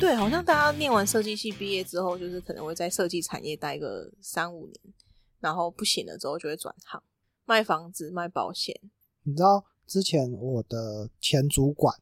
对，好像大家念完设计系毕业之后，就是可能会在设计产业待个三五年，然后不行了之后就会转行，卖房子、卖保险。你知道之前我的前主管，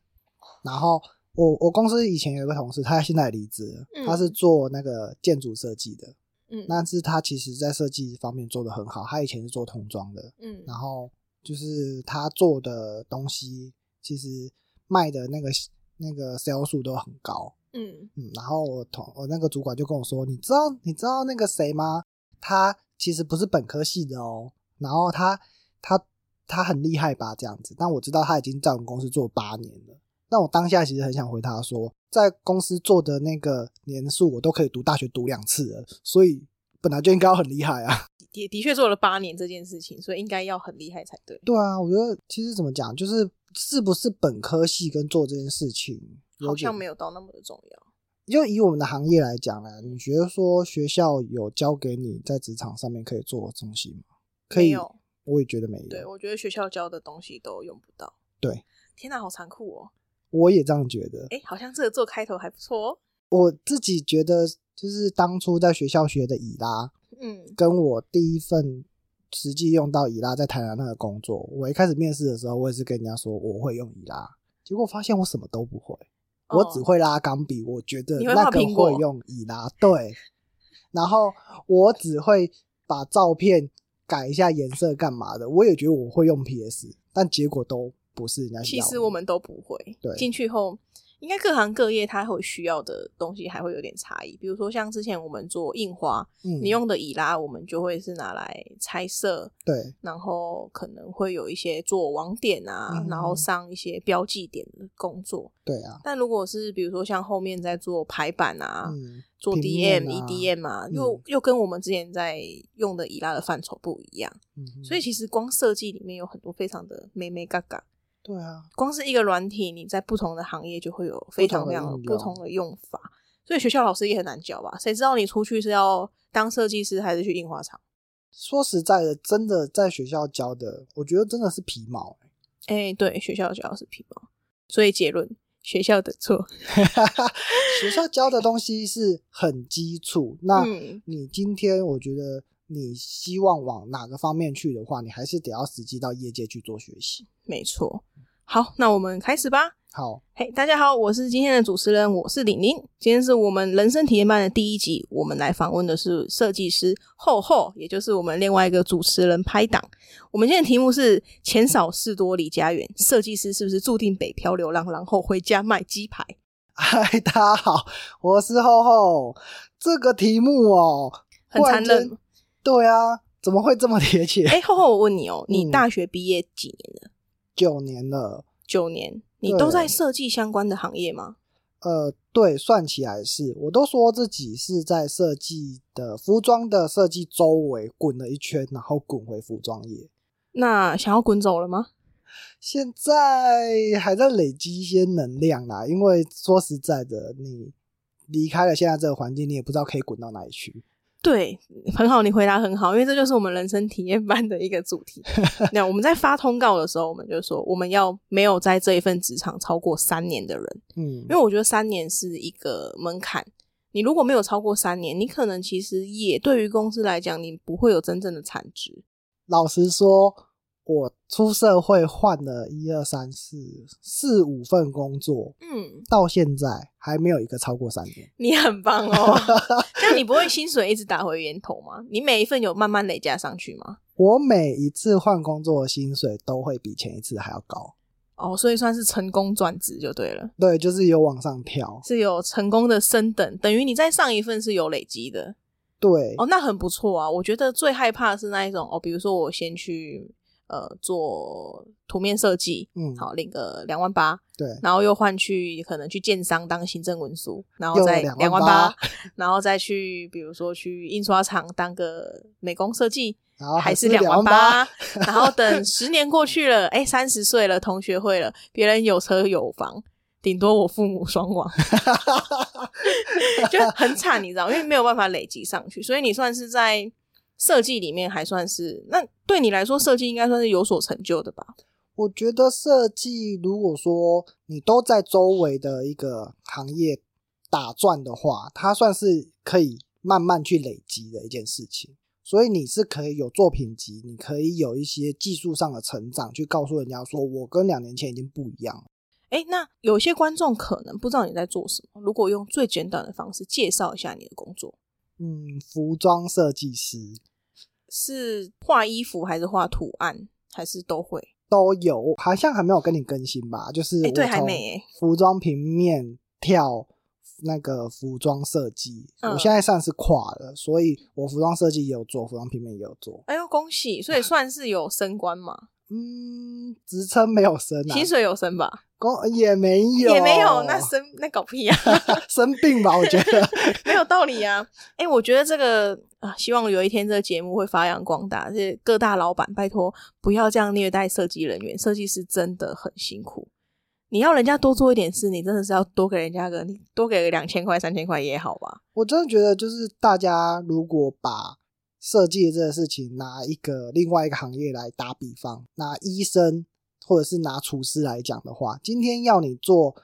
然后我我公司以前有一个同事，他现在离职了，嗯他是做那个建筑设计的，嗯但是他其实在设计方面做的很好，他以前是做童装的，嗯然后就是他做的东西其实卖的那个那个 sales 数都很高，嗯嗯，然后我同我那个主管就跟我说，你知道你知道那个谁吗？他其实不是本科系的哦，然后他他他很厉害吧这样子，但我知道他已经在我们公司做八年了。但我当下其实很想回他说，在公司做的那个年数，我都可以读大学读两次了，所以本来就应该要很厉害啊。 的的确做了八年这件事情，所以应该要很厉害才对。对啊，我觉得其实怎么讲，就是是不是本科系跟做这件事情有好像点没有到那么的重要。就以我们的行业来讲呢，你觉得说学校有教给你在职场上面可以做的东西吗？可没以，有，我也觉得没对有，我觉得学校教的东西都用不到。对，天哪，好残酷哦！我也这样觉得。哎，好像这个做开头还不错哦。我自己觉得，就是当初在学校学的以拉，嗯跟我第一份实际用到以拉在台南那个工作，我一开始面试的时候，我也是跟人家说我会用以拉，结果发现我什么都不会。我只会拉钢笔，我觉得哦你会那画个苹果会用以拉对，然后我只会把照片改一下颜色干嘛的，我也觉得我会用 PS，但结果都不是人家要的。其实我们都不会。对进去后，应该各行各业它会需要的东西还会有点差异。比如说像之前我们做印花，嗯你用的以拉，我们就会是拿来拆色，对然后可能会有一些做网点啊，嗯然后上一些标记点的工作。对啊，但如果是比如说像后面在做排版啊。嗯做平 DM、面啊 EDM 啊，嗯又又跟我们之前在用的以拉的范畴不一样，嗯，所以其实光设计里面有很多非常的美美嘎嘎，对啊，光是一个软体，你在不同的行业就会有非常非常不不同同的的用法，所以学校老师也很难教吧？谁知道你出去是要当设计师还是去印花厂？说实在的，真的在学校教的，我觉得真的是皮毛、欸。哎、对，学校教的是皮毛，所以结论学校的错。学校教的东西是很基础，那嗯你今天我觉得你希望往哪个方面去的话，你还是得要实际到业界去做学习。没错。好，那我们开始吧。好， 嘿大家好，我是今天的主持人，我是玲玲。今天是我们人生体验班的第一集，我们来访问的是设计师厚厚，也就是我们另外一个主持人拍档。我们今天的题目是“钱少事多离家远，设计师是不是注定北漂流浪，然后回家卖鸡排嗨，大家好，我是厚厚。这个题目哦，”？很残忽然忍间。对啊，怎么会这么贴切？ 哎、厚厚，我问你哦，嗯你大学毕业几年了？九年了，九年，你对都在设计相关的行业吗？呃，对，算起来是，我都说自己是在设计的服装的设计周围滚了一圈，然后滚回服装业。那想要滚走了吗？现在还在累积一些能量啦，因为说实在的，你离开了现在这个环境，你也不知道可以滚到哪里去。对，很好，你回答很好，因为这就是我们人生体验班的一个主题。那我们在发通告的时候，我们就说我们要没有在这一份职场超过三年的人，嗯因为我觉得三年是一个门槛。你如果没有超过三年，你可能其实也对于公司来讲，你不会有真正的产值。老实说，我出社会换了一二三四四五份工作，嗯，到现在还没有一个超过三年。你很棒哦。这样你不会薪水一直打回源头吗？你每一份有慢慢累加上去吗？我每一次换工作的薪水都会比前一次还要高，哦，所以算是成功转职就对了。对，就是有往上跳，是有成功的升等，等于你在上一份是有累积的对，哦，那很不错啊。我觉得最害怕的是那一种哦，比如说我先去呃做图面设计，嗯，好领个两万八，对，然后又换去可能去建商当行政文书，然后又再两两万万八八，然后再去比如说去印刷厂当个美工设计，然后还是是两万万八， 然后等十年过去了，哎，三十岁了，同学会了，别人有车有房，顶多我父母双 亡，就很惨，你知道，因为没有办法累积上去，所以你算是在设计里面还算是，那对你来说，设计应该算是有所成就的吧？我觉得设计，如果说你都在周围的一个行业打转的话，它算是可以慢慢去累积的一件事情。所以你是可以有作品集，你可以有一些技术上的成长，去告诉人家说，我跟两年前已经不一样了。哎，那有些观众可能不知道你在做什么，如果用最简短的方式介绍一下你的工作，嗯，服装设计师是画衣服还是画图案，还是都会？都有，好像还没有跟你更新吧？就是哎，对，我还从没哎，服装平面跳那个服装设计，嗯我现在算是跨了，所以我服装设计也有做，服装平面也有做。哎呦，恭喜！所以算是有升官嘛，嗯，职称没有升啊，薪水有升吧？工也没有，也没有，那升那搞屁啊， 生病吧？我觉得没有道理 啊！哎、我觉得这个啊，希望有一天这个节目会发扬光大。这各大老板，拜托不要这样虐待设计人员，设计师真的很辛苦。你要人家多做一点事，你真的是要多给人家个，你多给个两千块、三千块也好吧？我真的觉得，就是大家如果把设计这个事情拿一个另外一个行业来打比方，拿医生或者是拿厨师来讲的话，今天要你做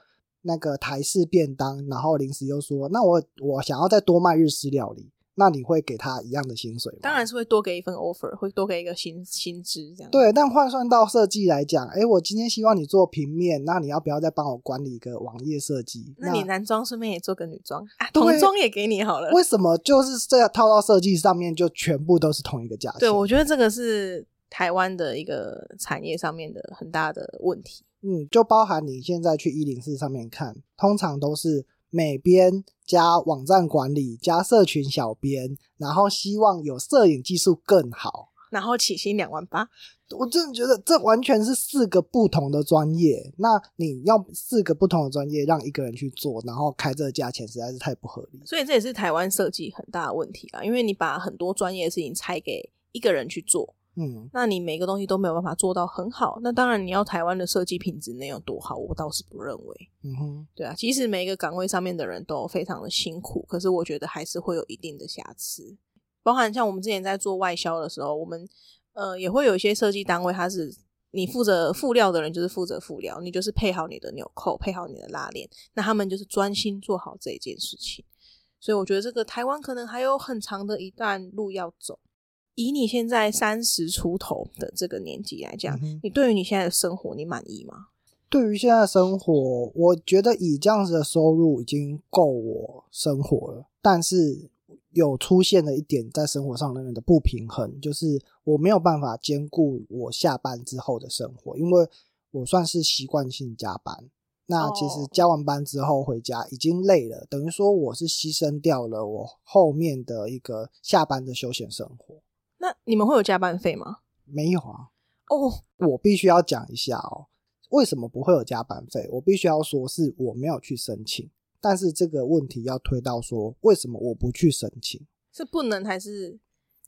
那个台式便当，然后临时又说，那我我想要再多卖日式料理，那你会给他一样的薪水吗？当然是会多给一份 offer，会多给一个薪薪资这样。，对，啊但换算到设计来讲，哎，我今天希望你做平面，那你要不要再帮我管理一个网页设计？那你男装顺便也做个女装啊，对童装也给你好了。为什么就是这样套到设计上面就全部都是同一个价钱？对，我觉得这个是台湾的一个产业上面的很大的问题。嗯，就包含你现在去一零四上面看，通常都是美编加网站管理加社群小编，然后希望有摄影技术更好。然后起薪两万八，我真的觉得这完全是四个不同的专业，那你要四个不同的专业让一个人去做，然后开这个价钱实在是太不合理。所以这也是台湾设计很大的问题啊，因为你把很多专业的事情拆给一个人去做，嗯，那你每个东西都没有办法做到很好。那当然，你要台湾的设计品质能有多好，我倒是不认为。嗯哼，对啊，即使每一个岗位上面的人都非常的辛苦，可是我觉得还是会有一定的瑕疵。包含像我们之前在做外销的时候，我们呃也会有一些设计单位，它是你负责辅料的人就是负责辅料，你就是配好你的纽扣，配好你的拉链，那他们就是专心做好这一件事情。所以我觉得这个台湾可能还有很长的一段路要走。以你现在三十出头的这个年纪来讲，嗯哼你对于你现在的生活你满意吗？对于现在的生活，我觉得以这样子的收入已经够我生活了，但是有出现了一点在生活上面的不平衡，就是我没有办法兼顾我下班之后的生活，因为我算是习惯性加班。那其实哦加完班之后回家已经累了，等于说我是牺牲掉了我后面的一个下班的休闲生活。那你们会有加班费吗？没有啊，哦，我必须要讲一下哦，为什么不会有加班费？我必须要说是我没有去申请，但是这个问题要推到说为什么我不去申请？是不能还是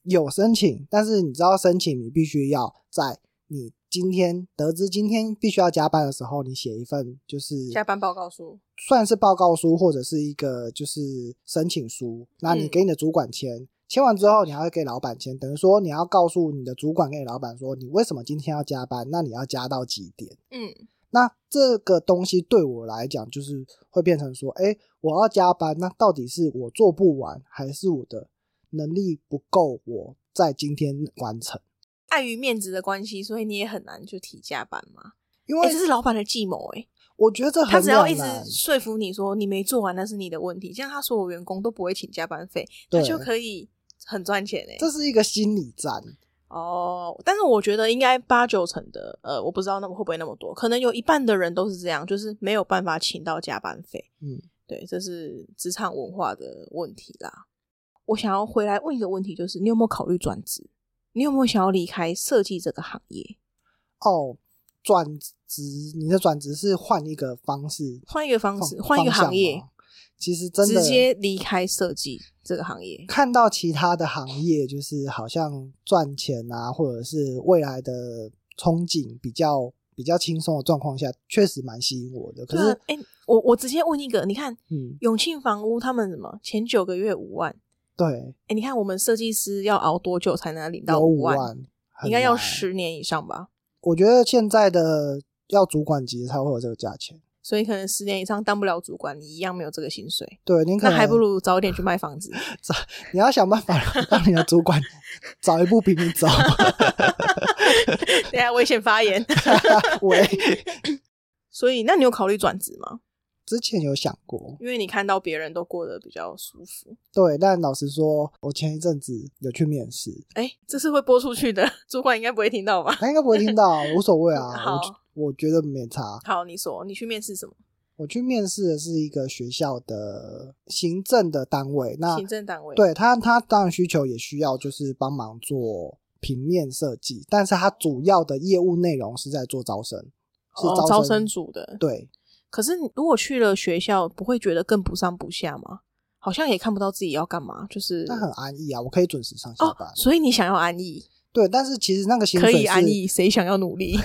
有申请，但是你知道申请你必须要在你今天得知今天必须要加班的时候，你写一份就是加班报告书？算是报告书或者是一个就是申请书，那你嗯给你的主管签，签完之后你还会给老板签，等于说你要告诉你的主管跟你老板说你为什么今天要加班，那你要加到几点？嗯，那这个东西对我来讲，就是会变成说，哎，我要加班，那到底是我做不完，还是我的能力不够，我在今天完成？碍于面子的关系，所以你也很难就提加班嘛。因哎、为这是老板的计谋哎，我觉得这他很只要一两直难。说服你说你没做完那是你的问题，这样他所有员工都不会请加班费，他对就可以很赚钱哎。这是一个心理战，哦，但是我觉得应该八九成的，呃，我不知道那么会不会那么多，可能有一半的人都是这样，就是没有办法请到加班费。嗯，对，这是职场文化的问题啦。我想要回来问一个问题，就是你有没有考虑转职？你有没有想要离开设计这个行业，哦。转职，你的转职是换一个方式，换一个方式，换一方个行向业吗，其实真的直接离开设计这个行业？看到其他的行业，就是好像赚钱啊，或者是未来的憧憬比较比较轻松的状况下，确实蛮吸引我的。可对是，啊，哎、我我直接问一个，你看嗯，永庆房屋他们什么前九个月五万，对，哎、你看我们设计师要熬多久才能领到有五五万？万，很应该要难。十年以上吧。我觉得现在的要主管级才会有这个价钱。所以可能十年以上当不了主管，你一样没有这个薪水，对，你可那能还不如早一点去卖房 子。你要想办法 让你的主管早一步比你 走。对啊，危险发言。 喂，所以，那你有考虑转职吗？之前有想过，因为你看到别人都过得比较舒服。对，但老实说，我前一阵子有去面试，哎，这是会播出去的，主管应该不会听到吧？他应该不会听到，无所谓 啊。好我觉我觉得没差。好，你说你去面试什么？我去面试的是一个学校的行政的单位，那行政单位。，啊对他，他当然需求也需要就是帮忙做平面设计，但是他主要的业务内容是在做招生，是哦，招招生生组的。对，可是你如果去了学校，不会觉得更不上不下吗？好像也看不到自己要干嘛，就是那很安逸啊，我可以准时上下哦班，。所以你想要安逸，对，但是其实那个薪可水以是安逸，谁想要努 力？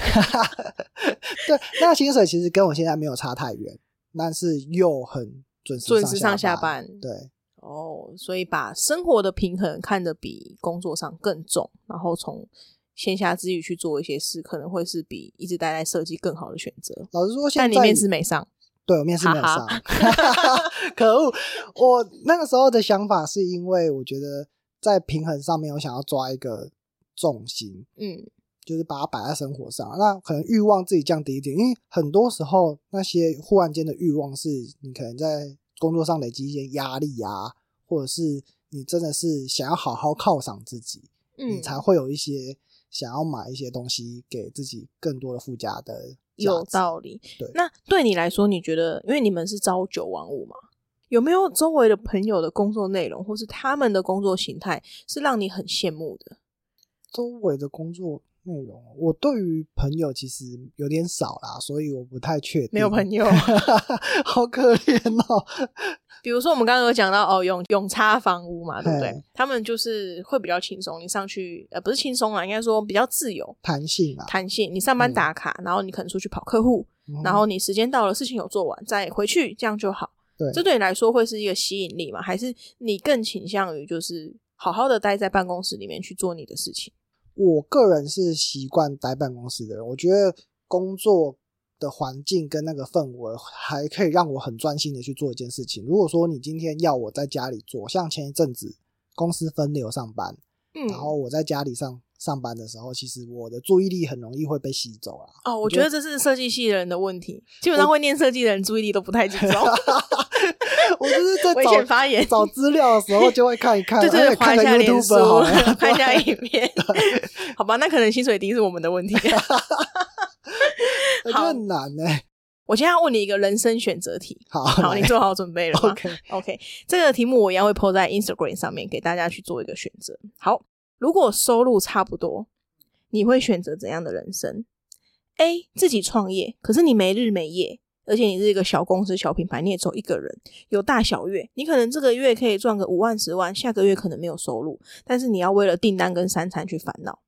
对，那个薪水其实跟我现在没有差太远，但是又很准时准时上下下班对，哦，所以把生活的平衡看得比工作上更重，然后从闲暇之余去做一些事，可能会是比一直待在设计更好的选择。老实说，但现你在面试没上，对我面试没有上， 可恶！我那个时候的想法是因为我觉得在平衡上面，我想要抓一个重心，嗯，就是把它摆在生活上。那可能欲望自己降低一点，因为很多时候那些忽然间的欲望是你可能在工作上累积一些压力啊，或者是你真的是想要好好犒赏自己，你嗯，才会有一些想要买一些东西给自己更多的附加的价值。有道理对。那对你来说，你觉得，因为你们是朝九晚五嘛，有没有周围的朋友的工作内容，或是他们的工作形态，是让你很羡慕的？周围的工作内容，哦我对于朋友其实有点少啦，所以我不太确定。没有朋友 好可怜哦。比如说，我们刚刚有讲到哦，永永差房屋嘛，对不对嘿？他们就是会比较轻松，你上去呃不是轻松啊，应该说比较自由、弹性啊，弹性。你上班嗯打卡，然后你可能出去跑客户，嗯然后你时间到了，事情有做完再回去，这样就好。对这对你来说会是一个吸引力吗？还是你更倾向于就是好好的待在办公室里面去做你的事情？我个人是习惯待办公室的人，我觉得工作的环境跟那个氛围还可以让我很专心的去做一件事情。如果说你今天要我在家里做，像前一阵子公司分流上班，嗯，然后我在家里上上班的时候，其实我的注意力很容易会被吸走啦。 哦，我我觉觉得得这是设计系的人的问题，基本上会念设计的人注意力都不太集中。 我就是在危险找发言，找资料的时候就会看一看， 对哎对，划看一个下脸书 YouTube 好 了，， 看一下影片，好吧，那可能薪水低是我们的问 题。我觉得很难呢、我今天要问你一个人生选择题，好，好，来你做好准备了吗 OK， OK，这个题目我一样会 po 在 Instagram 上面给大家去做一个选择。好，如果收入差不多，你会选择怎样的人生？A 自己创业，可是你没日没夜，而且你是一个小公司、小品牌，你也只有一个人，有大小月，你可能这个月可以赚个五万、十万，下个月可能没有收入，但是你要为了订单跟三餐去烦恼，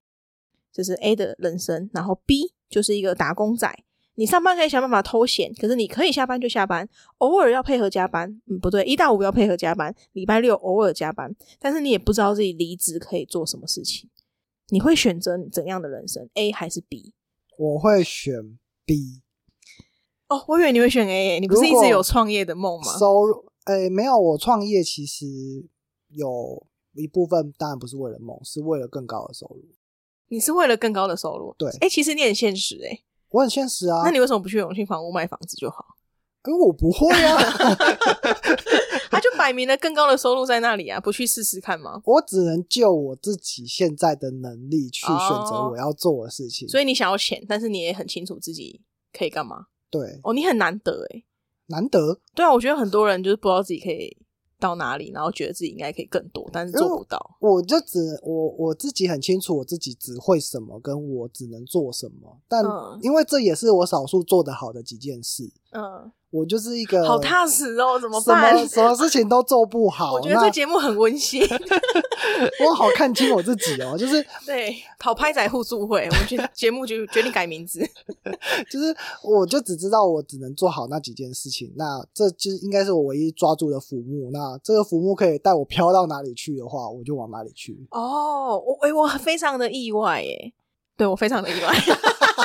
这是 A 的人生。然后 B 就是一个打工仔，你上班可以想办法偷闲，可是你可以下班就下班，偶尔要配合加班，嗯，不对，一到五要配合加班，礼拜六偶尔加班，但是你也不知道自己离职可以做什么事情。你会选择你怎样的人生？A 还是 B？我会选 B 哦，我以为你会选 A，、你不是一直如果有创业的梦吗？收入，诶、没有，我创业其实有一部分当然不是为了梦，是为了更高的收入。你是为了更高的收入？对哎、其实你很现实哎、我很现实啊，那你为什么不去永庆房屋卖房子就好？因为我不会啊， 他就摆明了更高的收入在那里啊，不去试试看吗？我只能就我自己现在的能力去选择哦我要做的事情。所以你想要钱，但是你也很清楚自己可以干嘛。对，哦，你很难得哎、难得，对啊，我觉得很多人就是不知道自己可以到哪里，然后觉得自己应该可以更多，但是做不到。我就只我我自己很清楚我自己只会什么，跟我只能做什么。但嗯因为这也是我少数做得好的几件事，嗯，我就是一个好踏实哦，怎么什办？么什么事情都做不好。 我觉得这节目很温 馨。那我好看清我自己哦，就是对，讨拍仔互助会，我们 决节目就决定改名字。就是我就只知道我只能做好那几件事情，那这就是应该是我唯一抓住的浮木。那这个浮木可以带我飘到哪里去的话，我就往哪里去。哦，我哎、我非常的意外耶。对我非常的意外，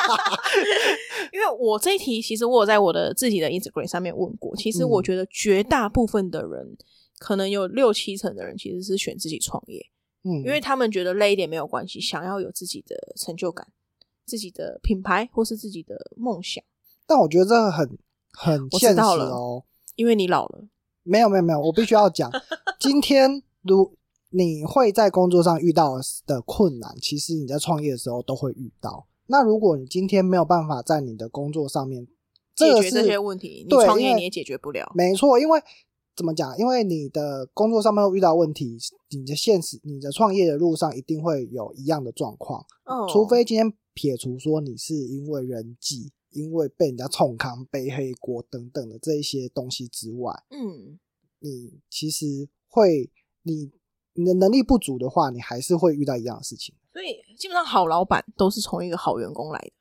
因为我这一题其实我有在我的自己的 Instagram 上面问过，其实我嗯觉得绝大部分的人，可能有六七成的人其实是选自己创业，嗯，因为他们觉得累一点没有关系，想要有自己的成就感、自己的品牌或是自己的梦想。但我觉得这个很很我现知实道了哦。因为你老了，没有没有没有，我必须 要讲，今天如你会在工作上遇到的困难，其实你在创业的时候都会遇到。那如果你今天没有办法在你的工作上面解个决是这些问题，你对创因业为你也解决不了。没错，因为怎么讲？因为你的工作上面会遇到问题，你的现实、你的创业的路上一定会有一样的状况，哦嗯除非今天撇除说你是因为人际、因为被人家冲康、背黑锅等等的这一些东西之外，嗯，你其实会你你的能力不足的话，你还是会遇到一样的事情。所以基本上好老板都是从一个好员工来的。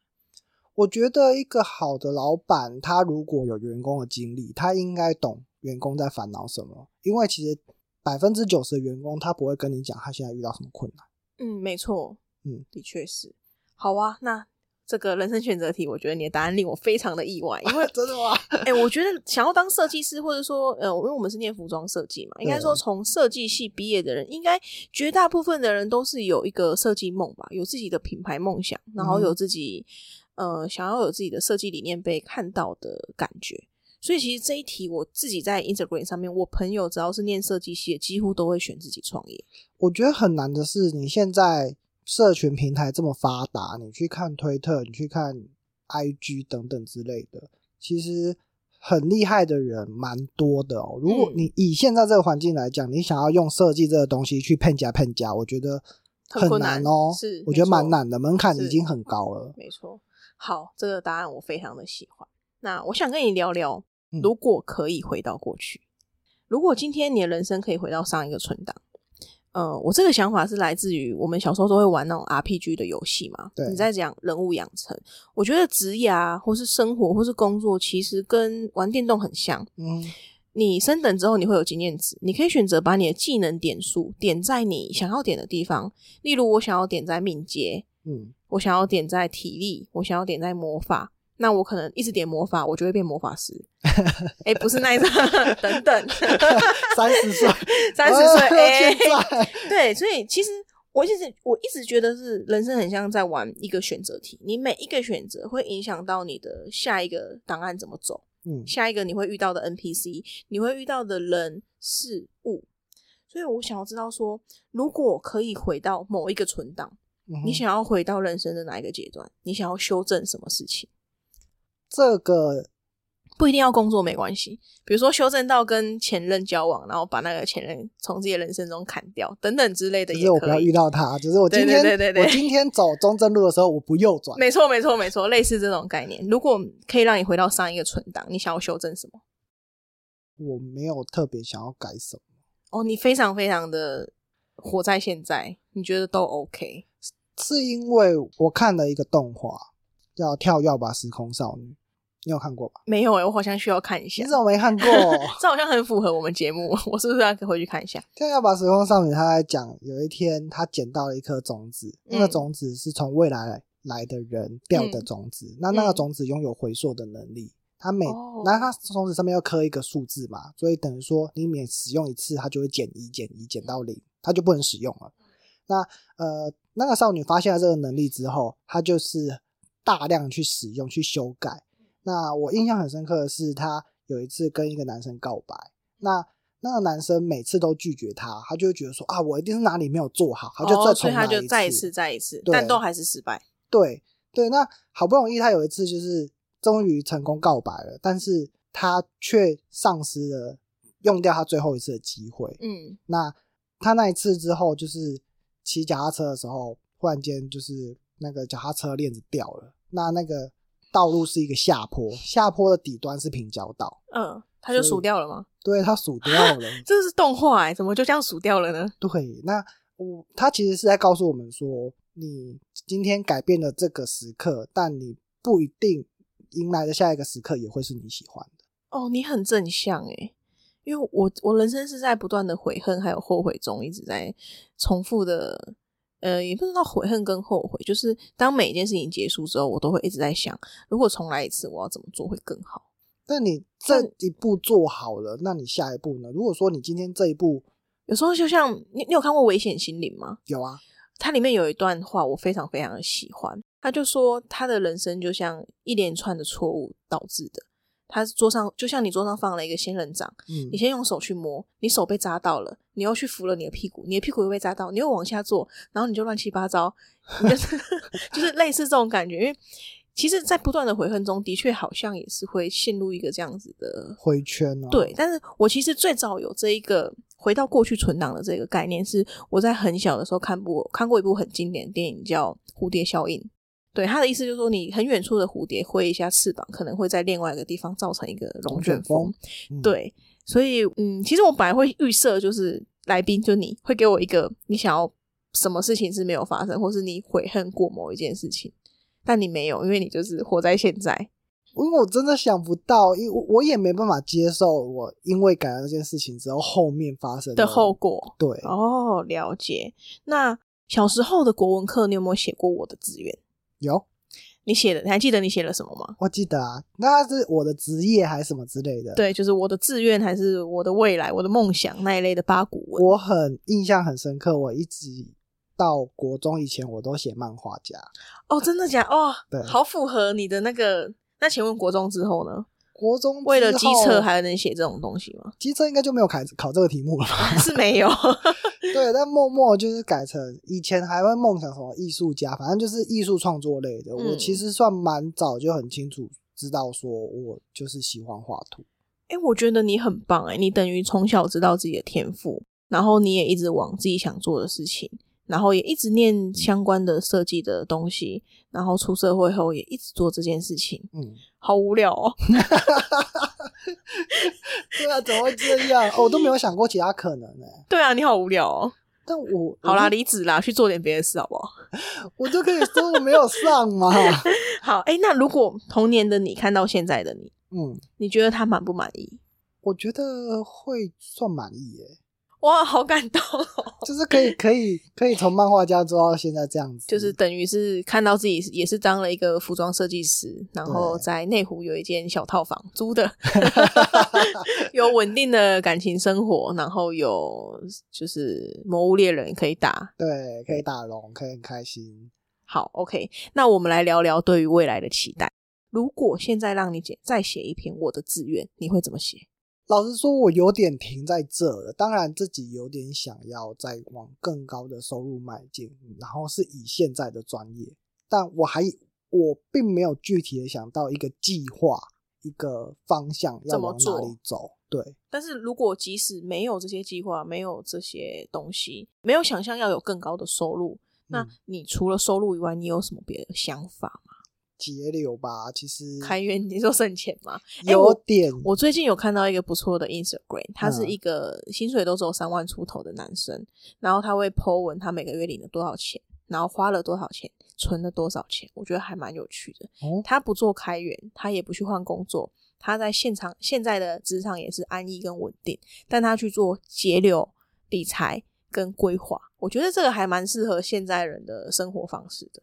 我觉得一个好的老板，他如果有员工的经历，他应该懂员工在烦恼什么。因为其实百分之九十的员工，他不会跟你讲他现在遇到什么困难。嗯，没错，嗯，的确是。好啊，那这个人生选择题，我觉得你的答案令我非常的意外，因为真的吗？哎、我觉得想要当设计师，或者说呃，因为我们是念服装设计嘛，应该对说从设计系毕业的人，应该绝大部分的人都是有一个设计梦吧，有自己的品牌梦想，然后有自己、呃想要有自己的设计理念被看到的感觉。所以其实这一题我自己在 Instagram 上面，我朋友只要是念设计系的，几乎都会选自己创业。我觉得很难的是，你现在社群平台这么发达，你去看推特，你去看 IG 等等之类的，其实很厉害的人蛮多的哦。如果嗯你以现在这个环境来讲，你想要用设计这个东西去骗家骗家，我觉得很很困难难哦。是我觉得没错蛮难的，门槛是已经很高了。没错，好，这个答案我非常的喜欢。那我想跟你聊聊嗯，如果可以回到过去，如果今天你的人生可以回到上一个存档，呃，我这个想法是来自于我们小时候都会玩那种 RPG 的游戏嘛。对你在讲人物养成，我觉得职业啊，或是生活，或是工作，其实跟玩电动很像。嗯，你升等之后，你会有经验值，你可以选择把你的技能点数点在你想要点的地方，例如我想要点在敏捷， 嗯，我想要点在体力，我想要点在魔法，那我可能一直点魔法，我就会变魔法师。哎、不是那一种， 等等，三十岁，三十哦岁，哎、 现在， 对，所以其实我一直我一直觉得是人生很像在玩一个选择题，你每一个选择会影响到你的下一个档案怎么走。嗯，下一个你会遇到的 NPC，你会遇到的人事物。所以我想要知道说，如果可以回到某一个存档，嗯你想要回到人生的哪一个阶段？你想要修正什么事情？这个不一定要工作没关系，比如说修正到跟前任交往，然后把那个前任从自己的人生中砍掉，等等之类的只也是我不要可遇以。到他，只是我今天对对对对对我今天走中正路的时候，我不右转。没错，没错，没错，类似这种概念。如果可以让你回到上一个存档，你想要修正什么？我没有特别想要改什么，哦，你非常非常的活在现在，你觉得都 OK？是因为我看了一个动画叫《跳跃吧时空少女》，你有看过吧？没有哎、我好像需要看一你下怎。么没看过？ 这好像很符合我们节目，我是不是要回去看一下？跳跃吧时空少女，她在讲有一天她捡到了一颗种子，那个嗯种子是从未来来的人掉的嗯种子，那那个嗯种子拥有回溯的能力。它每，哦然后它种子上面要刻一个数字嘛，所以等于说你每使用一次，它就会减一、减一、减到零，它就不能使用了。嗯那呃，那个少女发现了这个能力之后，她就是大量去使用、去修改。那我印象很深刻的是，她有一次跟一个男生告白，那那个男生每次都拒绝她，她就会觉得说啊，我一定是哪里没有做好，她就再哦，所重以来他一次。就再一次、再一次，对但都还是失败。对对，那好不容易他有一次就是终于成功告白了，但是他却丧失了用掉他最后一次的机会。嗯，那他那一次之后，就是骑脚踏车的时候，忽然间就是那个脚踏车链子掉了。那那个道路是一个下坡，下坡的底端是平交道，嗯，他就所以数掉了吗？对他数掉了。 这是动画哎、怎么就这样数掉了呢？对，那我他其实是在告诉我们说，你今天改变了这个时刻，但你不一定迎来的下一个时刻也会是你喜欢的。哦，你很正向哎、因为我我人生是在不断的悔恨还有后悔中，一直在重复的呃，也不知道悔恨跟后悔，就是当每一件事情结束之后，我都会一直在想，如果重来一次，我要怎么做会更好？但你这一步做好了，那你下一步呢？如果说你今天这一步有时候就像你，你有看过《危险心灵》吗？有啊，它里面有一段话，我非常非常的喜欢。他就说，他的人生就像一连串的错误导致的。他桌上就像你桌上放了一个仙人掌，嗯你，先用手去摸，你手被扎到了，你又去扶了你的屁股，你的屁股又被扎到，你又往下坐，然后你就乱七八糟，你就是 就是类似这种感觉。因为其实，在不断的悔恨中，的确好像也是会陷入一个这样子的回圈哦，对，，但是我其实最早有这一个回到过去存档的这个概念，是我在很小的时候看部看过一部很经典的电影叫《蝴蝶效应》。对，它的意思就是说，你很远处的蝴蝶挥一下翅膀，可能会在另外一个地方造成一个龙龙卷卷风风。嗯对，所以嗯，其实我本来会预设，就是来宾就你会给我一个你想要什么事情是没有发生，或是你悔恨过某一件事情，但你没有，因为你就是活在现在。因为我真的想不到，因我我也没办法接受我因为改了这件事情之后后面发生的后果，对，哦，了解。那小时候的国文课，你有没有写过我的志愿？有你写的，你还记得你写了什么吗？我记得啊，那是我的职业还是什么之类的，，对，就是我的志愿，还是我的未来、我的梦想那一类的八股文。我很印象很深刻，我一直到国中以前我都写漫画家，哦，真的假哦对，好符合你的那个。那请问国中之后呢？国中为了之机后测还能写这种东西吗？ 机测应该就没有考考这个题目了吧？是没有。 对，但默默就是改成以前还会梦想什么艺术家，反正就是艺术创作类的。我嗯其实算蛮早就很清楚知道，说我就是喜欢画图。哎、我觉得你很棒哎、你等于从小知道自己的天赋，然后你也一直往自己想做的事情，然后也一直嗯念相关的设计的东西，然后出社会后也一直做这件事情，嗯，好无聊哦。 对啊，怎么会这样？哦我都没有想过其他可能呢、对啊，你好无聊哦。但我好啦，我就离职啦，去做点别的事好不好？ 我就可以说我没有上嘛。好，哎、那如果童年的你看到现在的你，嗯，你觉得他满不满意？我觉得会算满意耶、哇，好感动哦！就是可以可以可以从漫画家做到现在这样子，就是等于是看到自己也是当了一个服装设计师，然后在内湖有一间小套房租的，有稳定的感情生活，然后有就是魔物猎人可以打。对，可以打龙，可以很开心。好，OK，那我们来聊聊对于未来的期待。如果现在让你写再写一篇我的志愿，你会怎么写？老实说，我有点停在这了。当然，自己有点想要再往更高的收入迈进，然后是以现在的专业，但我还我并没有具体的想到一个计划、一个方向要怎么往哪做里走。对，但是如果即使没有这些计划，没有这些东西，没有想象要有更高的收入，那嗯你除了收入以外，你有什么别的想法节流吧，其实开源，你说省钱吗？哎有我点，我最近有看到一个不错的 Instagram，他是嗯一个薪水都只有三万出头的男生，然后他会 po 文他每个月领了多少钱，然后花了多少钱，存了多少钱，我觉得还蛮有趣的。哦他不做开源，他也不去换工作，他在现场现在的职场也是安逸跟稳定，但他去做节流、理财跟规划，我觉得这个还蛮适合现在人的生活方式的。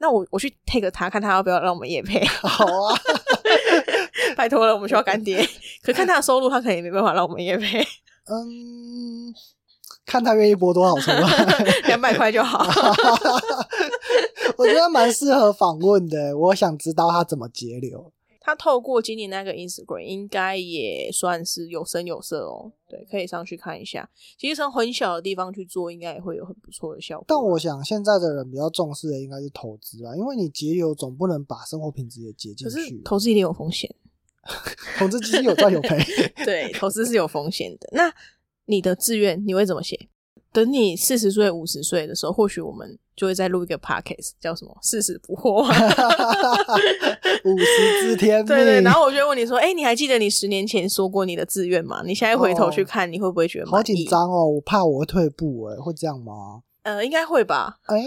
那我我去 take 他，看他要不要让我们也配。好啊， 拜托了，我们需要干 爹。可看他的收入，他可能也没办法让我们业配 嗯，看他愿意拨多少啊钱吧。两百块就好。 我觉得蛮适合访问的，欸我想知道他怎么节流。他透过今年那个 Instagram，应该也算是有声有色哦。对，可以上去看一下。其实从很小的地方去做，应该也会有很不错的效果。啊但我想现在的人比较重视的应该是投资啊，因为你节流总不能把生活品质也节进可是去。投资一定有风 险，投资其实有 赚有赔，对，投资是有风险的。那你的志愿你会怎么写？等你四十岁、五十岁的时候，或许我们就会再录一个 podcast，叫什么“四十不惑”吗？五十知天命。对对，然后我就问你说：“哎、你还记得你十年前说过你的志愿吗？你现在回头去看，你会不会觉得哦好满意紧？张哦，我怕我会退步，哎，会这样吗？呃，应该会吧。 哎，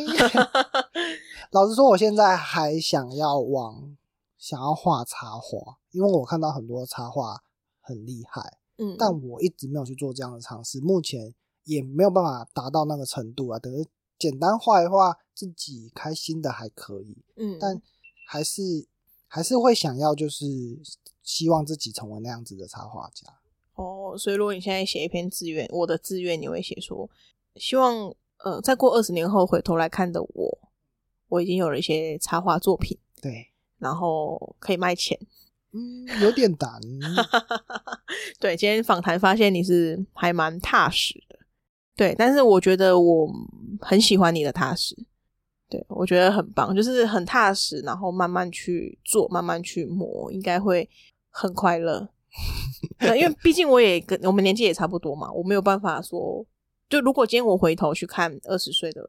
老实说，我现在还想要往想要画插画，因为我看到很多插画很厉害，嗯，但我一直没有去做这样的尝试，目前也没有办法达到那个程度啊。等于简单画一画，自己开心的还可以，嗯，但还是还是会想要就是希望自己成为那样子的插画家。哦，所以如果你现在写一篇志愿，我的志愿你会写说，希望呃，再过二十年后回头来看的我，我已经有了一些插画作品，对，然后可以卖钱。嗯，有点难。 对，今天访谈发现你是还蛮踏实的，对，但是我觉得我很喜欢你的踏实，对我觉得很棒，就是很踏实，然后慢慢去做，慢慢去磨，应该会很快乐。对因为毕竟我也跟我们年纪也差不多嘛，我没有办法说，就如果今天我回头去看二十岁的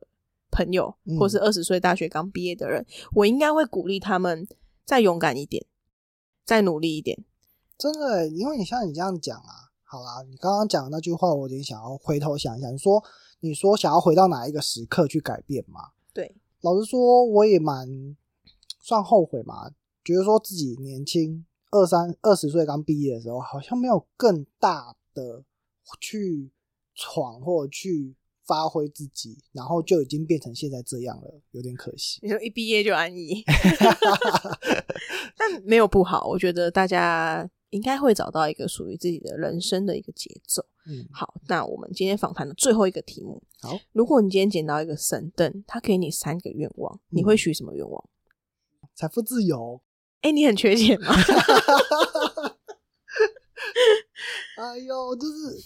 朋友，嗯或是二十岁大学刚毕业的人，我应该会鼓励他们再勇敢一点，再努力一点。真的，欸因为你像你这样讲啊，好啦，你刚刚讲的那句话，我有点想要回头想一想。你说，你说想要回到哪一个时刻去改变嘛？对，老实说，我也蛮算后悔嘛，觉得说自己年轻二三二十岁刚毕业的时候，好像没有更大的去闯或去发挥自己，然后就已经变成现在这样了，有点可惜。你说一毕业就安 逸，但没有不好。我觉得大家应该会找到一个属于自己的人生的一个节奏。嗯，好，那我们今天访谈的最后一个题目，好，如果你今天捡到一个神灯，他给你三个愿望，你嗯会许什么愿望？财富自由。哎、你很缺钱吗？ 哎呦，就是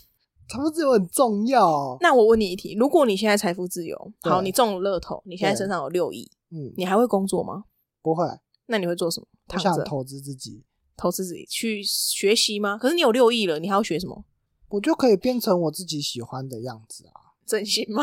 财富自由很重要。哦那我问你一题：如果你现在财富自由，好，对你中了乐透，你现在对身上有六亿，嗯，你还会工作吗？不会，那你会做什么？我躺想着投资自己，投资自己去学习吗？可是你有六亿了，你还要学什么？我就可以变成我自己喜欢的样子啊。整形 吗？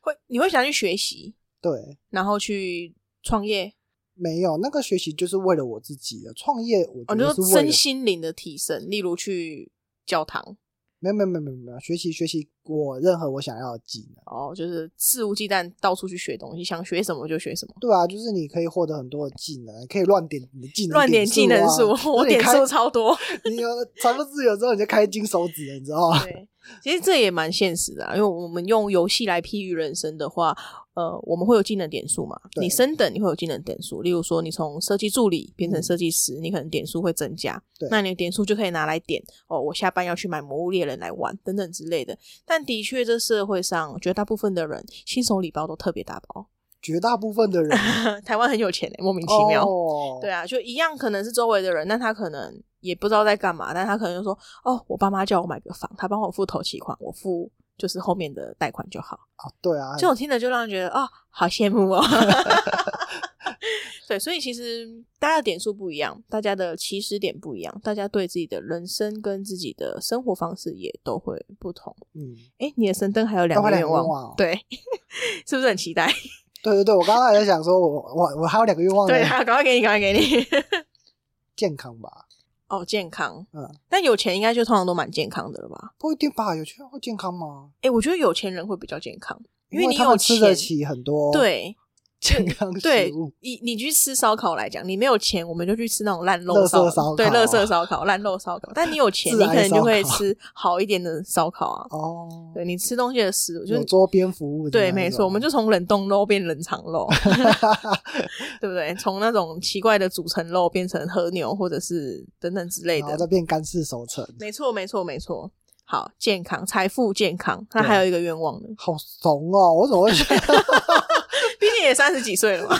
会你会想去学习，对，然后去创业，没有那个学习就是为了我自己的创业，我哦，觉你说得是为了身心灵的提升，例如去教堂，没有没有没有没有没有学习学习我任何我想要的技能。哦，就是肆无忌惮到处去学东西，想学什么就学什么。对啊，就是你可以获得很多的技能，可以乱点你的技能、乱点技能数数啊，，我那你点开数超多。你有了财富自由之后，你就开金手指了，你知道吗？对，其实这也蛮现实的、啊，因为我们用游戏来譬喻人生的话，呃，我们会有技能点数嘛？对你升等你会有技能点数，例如说你从设计助理变成嗯设计师，你可能点数会增加对，那你的点数就可以拿来点哦，我下班要去买《魔物猎人》来玩等等之类的。但的确，这社会上绝大部分的人新手礼包都特别大包，绝大部分的人台湾 很有钱、欸，莫名其妙。哦、对啊，就一样，可能是周围的人，但他可能也不知道在干嘛，但他可能就说：“哦，我爸妈叫我买个房，他帮我付头期款，我付就是后面的贷款就好。啊，对啊，这种听着就让人觉得哦，好羡慕 哦。对，所以其实大家的点数不一样，大家的起始点不一样，大家对自己的人生跟自己的生活方式也都会不同。嗯，哎，你的神灯还有两还个有两愿个望，愿望哦对， 是不是很期待？对对对，我刚刚还在想说我，我我我还有两个愿望呢，对，啊好，赶快给你，赶快给你。健康吧，哦，健康，嗯，但有钱应该就通常都蛮健康的了吧？不一定吧？有钱人会健康吗？哎、我觉得有钱人会比较健康，因为你他有们吃得钱。起很多对健康食对物，，以你去吃烧烤来讲，你没有钱，我们就去吃那种烂肉垃圾烧，烧烤啊对，乐色烧烤、烂肉烧烤。但你有钱，自你然可能就会烧烤吃好一点的烧烤啊。哦，对你吃东西的食物，就有是桌边服务的那对，种，啊没错，我们就从冷冻肉变冷藏 肉，对不对？从那种奇怪的组成肉变成和牛，或者是等等之类然后的再。变干式熟成，没错，没错，没错。好，健康、财富、健康，那对还有一个愿望呢？好怂哦！我怎么会选 毕竟也三十几岁了嘛。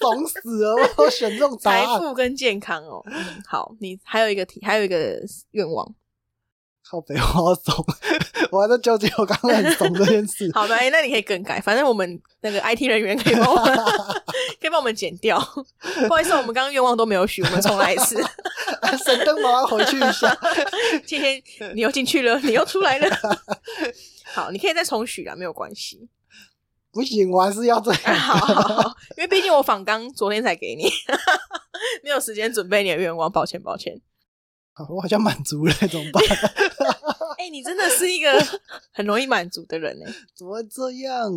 怂死了？我怎么会选这种答财案？富跟健康哦。嗯好，你还有一个题，还有一个愿望。靠北，我好怂，我还在纠结我刚刚很怂这件事。好的，哎、那你可以更改，反正我们那个 IT 人员可以帮我们，可以帮我们剪掉。不好意思，我们刚刚愿望都没有许，我们重来一次。啊神灯麻烦回去一下。今天你又进去了，你又出来了。好，你可以再重许啊，没有关系。不行，我还是要这好样。好好好，因为毕竟我仿刚昨天才给你， 没有时间准备你的愿望，抱歉抱歉。我好像满足了，怎么办？哎、你真的是一个很容易满足的人呢、欸怎么会这样？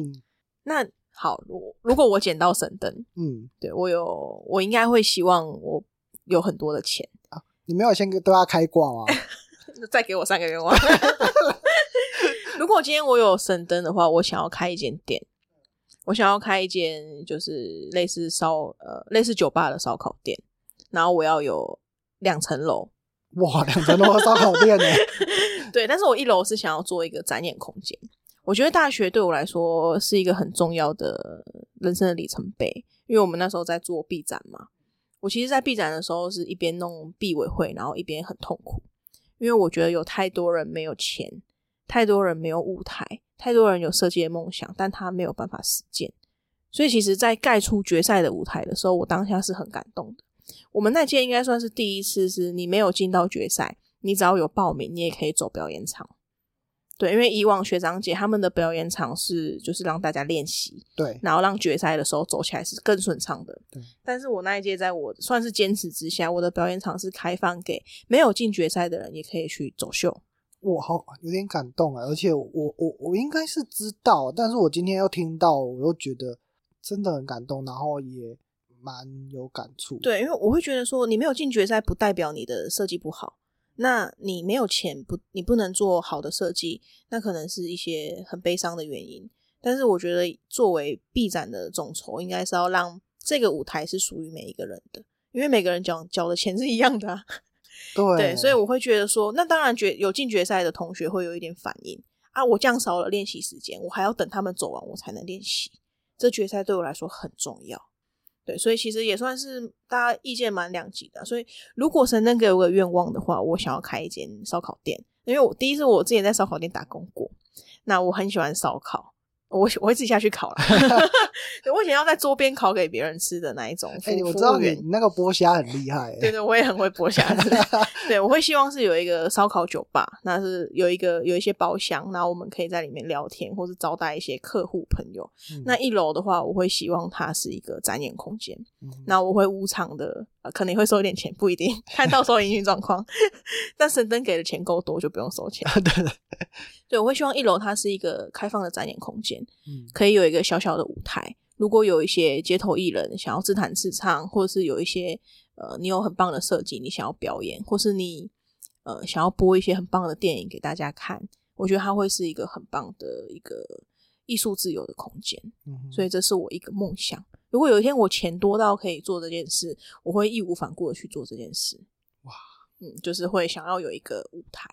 那好，如如果我捡到神灯，嗯，对我有，我应该会希望我有很多的钱，你没有先跟对他开挂吗？再给我三个愿望。 如果今天我有神灯的话，我想要开一间店，我想要开一间就是类似烧呃类似酒吧的烧烤店，然后我要有两层楼，哇，两层楼的烧烤店呢？对，但是我一楼是想要做一个展演空间。我觉得大学对我来说是一个很重要的人生的里程碑，因为我们那时候在做 B 展嘛。我其实，在 B 展的时候是一边弄 B 委会，然后一边很痛苦，因为我觉得有太多人没有钱，太多人没有舞台，太多人有设计的梦想，但他没有办法实践。所以，其实，在盖出决赛的舞台的时候，我当下是很感动的。我们那届应该算是第一次，是你没有进到决赛，你只要有报名，你也可以走表演场。对，因为以往学长姐他们的表演场是就是让大家练习，对，然后让决赛的时候走起来是更顺畅的对。但是我那一届在我算是坚持之下，我的表演场是开放给没有进决赛的人也可以去走秀。我好有点感动啊！而且我我我应该是知道，但是我今天又听到，我又觉得真的很感动，然后也蛮有感触。，对，因为我会觉得说，你没有进决赛不代表你的设计不好。那你没有钱不，你不能做好的设计，那可能是一些很悲伤的原因。但是我觉得，作为 B 展的众筹，应该是要让这个舞台是属于每一个人的，因为每个人缴缴的钱是一样的、啊。对，对，所以我会觉得说，那当然决有进决赛的同学会有一点反应啊，我降少了练习时间，我还要等他们走完我才能练习，这决赛对我来说很重要。对，所以其实也算是大家意见蛮两极的啊。所以如果神能给我个愿望的话，我想要开一间烧烤店，因为我第一是我之前在烧烤店打工过，那我很喜欢烧烤，我我会自己下去烤啦。 对我以前要在桌边烤给别人吃的那一种服，哎、我知服道务你员你那个剥虾很厉害、对欸，对，我也很会剥虾 子。对，我会希望是有一个烧烤酒吧，那是有一个有一些包厢，然后我们可以在里面聊天，或是招待一些客户朋友。嗯那一楼的话，我会希望它是一个展演空间。嗯那我会无偿的，呃可能会收一点钱，不一定看到时候营运状况。 但神灯给的钱够多，就不用收钱。啊对对， 对，我会希望一楼它是一个开放的展演空间，嗯可以有一个小小的舞台。如果有一些街头艺人想要自弹自唱，或者是有一些呃，你有很棒的设计，你想要表演，或是你呃想要播一些很棒的电影给大家看，我觉得它会是一个很棒的一个艺术自由的空间。嗯所以这是我一个梦想。如果有一天我钱多到可以做这件事，我会义无反顾的去做这件事。哇，嗯，就是会想要有一个舞台，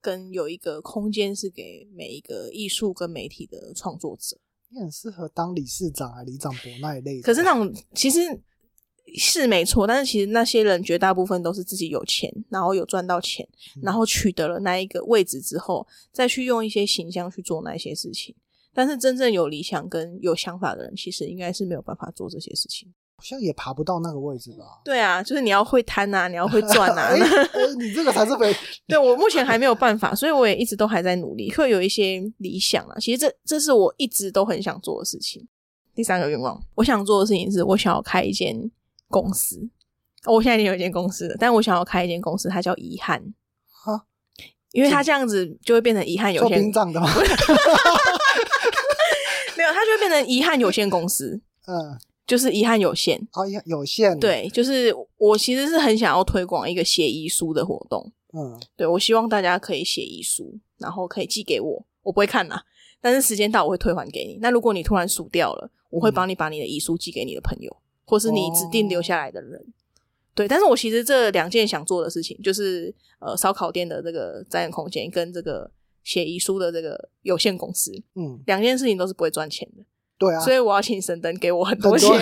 跟有一个空间是给每一个艺术跟媒体的创作者。你很适合当理事长啊、里长伯那一类的。可是那种其实是没错，但是其实那些人绝大部分都是自己有钱，然后有赚到钱，然后取得了那一个位置之后，再去用一些形象去做那些事情。但是真正有理想跟有想法的人，其实应该是没有办法做这些事情。好像也爬不到那个位置吧？ 对啊，就是你要会贪呐、你要会赚啊呐、哎、哎你这个才是非 对我目前还没有办法，所以我也一直都还在努力，会有一些理想啊。其实这这是我一直都很想做的事情。第三个愿望，我想做的事情是我想要开一间公司。哦我现在已经有一间公司了，但我想要开一间公司，它叫遗憾，哈，因为它这样子就会变成遗憾 有做限，兵长的吗？没有，它就会变成遗憾有限公司， 嗯，就是遗憾有限。啊，有有限，，对，就是我其实是很想要推广一个写遗书的活动，嗯，对，我希望大家可以写遗书，然后可以寄给我，我不会看啦，但是时间到我会退还给你。那如果你突然数掉了，我会嗯帮你把你的遗书寄给你的朋友，或是你指哦定留下来的人。对，但是我其实这两件想做的事情，就是呃烧烤店的这个展演空间跟这个写遗书的这个有限公司，嗯，两件事情都是不会赚钱的，对啊，所以我要请神灯给我很很多钱。多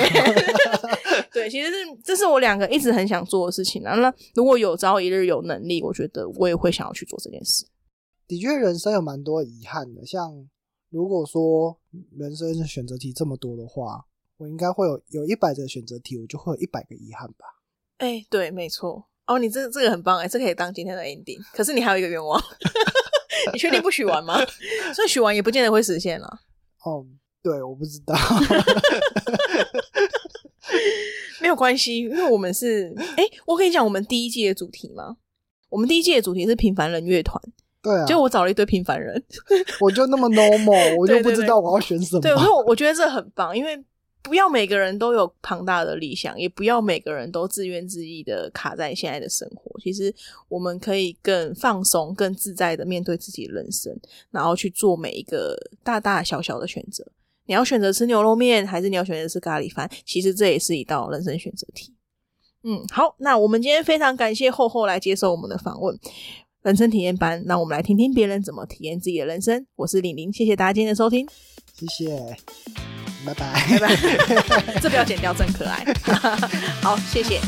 对，其实是这是我两个一直很想做的事情啊。那如果有朝一日有能力，我觉得我也会想要去做这件事。的确，人生有蛮多遗憾的。像如果说人生的选择题这么多的话，我应该会有有一百个选择题，我就会有一百个遗憾吧。哎、对，没错。哦，你这这个很棒哎、这可以当今天的 ending。可是你还有一个愿望， 你确定不许完吗？ 所以许完也不见得会实现啊了。哦，对，我不知道。 没有关系，因为我们是哎、我跟你讲，我们第一季的主题吗？我们第一季的主题是平凡人乐团，对啊，就我找了一堆平凡人。我就那么 normal，我就 对对不知道我要选什么。对，所以我我觉得这很棒，因为不要每个人都有庞大的理想，也不要每个人都自怨自艾的卡在现在的生活。其实我们可以更放松、更自在的面对自己的人生，然后去做每一个大大小小的选择。你要选择吃牛肉面，还是你要选择吃咖喱饭？其实这也是一道人生选择题。嗯，好，那我们今天非常感谢厚厚来接受我们的访问，人生体验班。那我们来听听别人怎么体验自己的人生。我是玲玲，谢谢大家今天的收听，谢谢，拜拜。 拜拜。这不要剪掉，真可爱。好，谢谢。